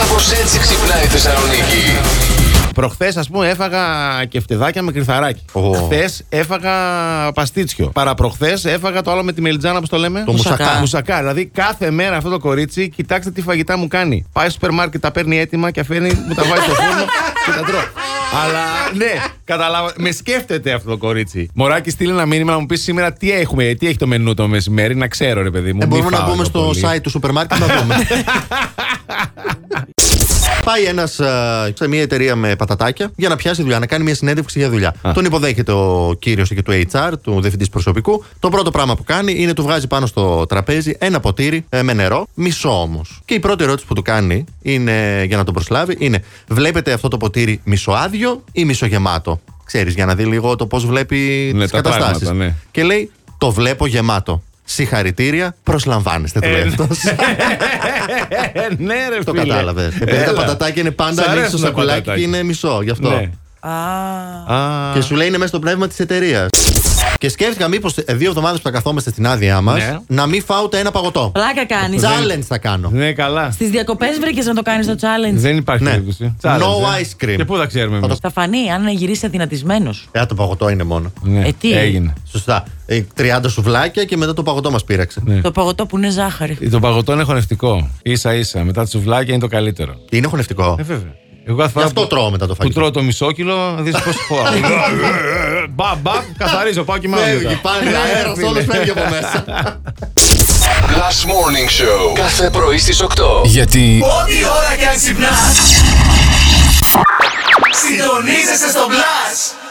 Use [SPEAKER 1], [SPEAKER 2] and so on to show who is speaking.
[SPEAKER 1] Κάπως έτσι ξυπνάει η Θεσσαλονίκη.
[SPEAKER 2] Προχθές, ας πούμε, έφαγα κεφτεδάκια με κρυθαράκι.
[SPEAKER 3] Ω.
[SPEAKER 2] Χθες έφαγα παστίτσιο. Παραπροχθές έφαγα το άλλο με τη μελιτζάνα, που το λέμε.
[SPEAKER 3] Το μουσακά. Ε,
[SPEAKER 2] Μουσακά. Μουσακά. Δηλαδή κάθε μέρα αυτό το κορίτσι, κοιτάξτε τι φαγητά μου κάνει. Πάει στο σούπερ μάρκετ, τα παίρνει έτοιμα και αφήνει, μου τα βάζει στο φούρνο και τα τρώω. Αλλά ναι, καταλάβα. Με σκέφτεται αυτό το κορίτσι. Μωράκι, στείλει ένα μήνυμα να μου πεις σήμερα τι έχουμε, τι έχει το μενού το μεσημέρι, να ξέρω ρε παιδί μου.
[SPEAKER 3] Ε,
[SPEAKER 2] μη
[SPEAKER 3] μπορούμε να
[SPEAKER 2] φάω
[SPEAKER 3] μπούμε
[SPEAKER 2] το
[SPEAKER 3] στο
[SPEAKER 2] πολύ.
[SPEAKER 3] site του σούπερ μάρκετ να δούμε. Πάει ένας σε μια εταιρεία με πατατάκια για να πιάσει δουλειά, να κάνει μια συνέντευξη για δουλειά. Τον υποδέχεται ο κύριος εκεί του HR, του διευθυντής προσωπικού. Το πρώτο πράγμα που κάνει είναι του βγάζει πάνω στο τραπέζι ένα ποτήρι ε, με νερό, μισό όμως. Και η πρώτη ερώτηση που του κάνει είναι, για να τον προσλάβει είναι: Βλέπετε αυτό το ποτήρι μισοάδιο ή μισογεμάτο. Ξέρεις, για να δει λίγο το πώς βλέπει
[SPEAKER 2] Ναι,
[SPEAKER 3] τις
[SPEAKER 2] τα πράγματα,
[SPEAKER 3] καταστάσεις.
[SPEAKER 2] ναι.
[SPEAKER 3] Και λέει: Το βλέπω γεμάτο. Συγχαρητήρια, προσλαμβάνεστε, του λέει αυτός.
[SPEAKER 2] Ε, ναι, ρε
[SPEAKER 3] Το
[SPEAKER 2] φίλε.
[SPEAKER 3] κατάλαβες. Επειδή τα
[SPEAKER 2] Έλα.
[SPEAKER 3] πατατάκια είναι
[SPEAKER 2] Σ'
[SPEAKER 3] πάντα ανοίξει το
[SPEAKER 2] αρέσουν τα
[SPEAKER 3] σακουλάκι και
[SPEAKER 2] πατατάκια.
[SPEAKER 3] είναι μισό. Γι' αυτό.
[SPEAKER 2] Ναι. Α.
[SPEAKER 3] Και σου λέει είναι μέσα στο πνεύμα της εταιρείας. Και σκέφτηκα μήπως δύο εβδομάδες που θα καθόμαστε στην άδειά μας
[SPEAKER 2] Ναι.
[SPEAKER 3] να μην φάω ούτε ένα παγωτό.
[SPEAKER 4] Πλάκα κάνεις.
[SPEAKER 3] Challenge θα κάνω.
[SPEAKER 2] Ναι, καλά.
[SPEAKER 4] Στις διακοπές βρήκες να το κάνεις το challenge.
[SPEAKER 2] Δεν υπάρχει
[SPEAKER 3] Ναι.
[SPEAKER 2] περίπτωση.
[SPEAKER 3] No
[SPEAKER 2] Challenge, ε.
[SPEAKER 3] ice cream.
[SPEAKER 2] Και πού θα ξέρουμε
[SPEAKER 3] Θα
[SPEAKER 2] εμείς.
[SPEAKER 4] Θα φανεί αν γυρίσει αδυνατισμένο.
[SPEAKER 3] Ε, το παγωτό είναι μόνο.
[SPEAKER 2] Ναι,
[SPEAKER 4] Ε, τι.
[SPEAKER 2] Έγινε.
[SPEAKER 3] Σωστά. Ε, 30 σουβλάκια και μετά το παγωτό μας πήραξε.
[SPEAKER 2] Ναι.
[SPEAKER 4] Το παγωτό που είναι ζάχαρη.
[SPEAKER 2] Το παγωτό είναι χωνευτικό. σα ίσα. Μετά τα σουβλάκια είναι το καλύτερο.
[SPEAKER 3] Είναι χωνευτικό.
[SPEAKER 2] Ε, βέβαια. Εγώ κάθε
[SPEAKER 3] Γι'
[SPEAKER 2] φορά
[SPEAKER 3] αυτό
[SPEAKER 2] που,
[SPEAKER 3] τρώω μετά το
[SPEAKER 2] που
[SPEAKER 3] φαγητό. Ε,
[SPEAKER 2] τρώω το μισό κιλό, να δεις πώς χωρά. Μπαμ, μπαμ, καθαρίζω. Πάω και
[SPEAKER 3] Φεύγει, Ναι, πάνε
[SPEAKER 2] Ναι,
[SPEAKER 3] αέρας, όλος φεύγει από μέσα.
[SPEAKER 1] Last Morning Show. Κάθε πρωί στις 8.
[SPEAKER 5] Γιατί
[SPEAKER 6] Ό,τι ώρα κι αν ξυπνάς Συντονίζεσαι στο Blast.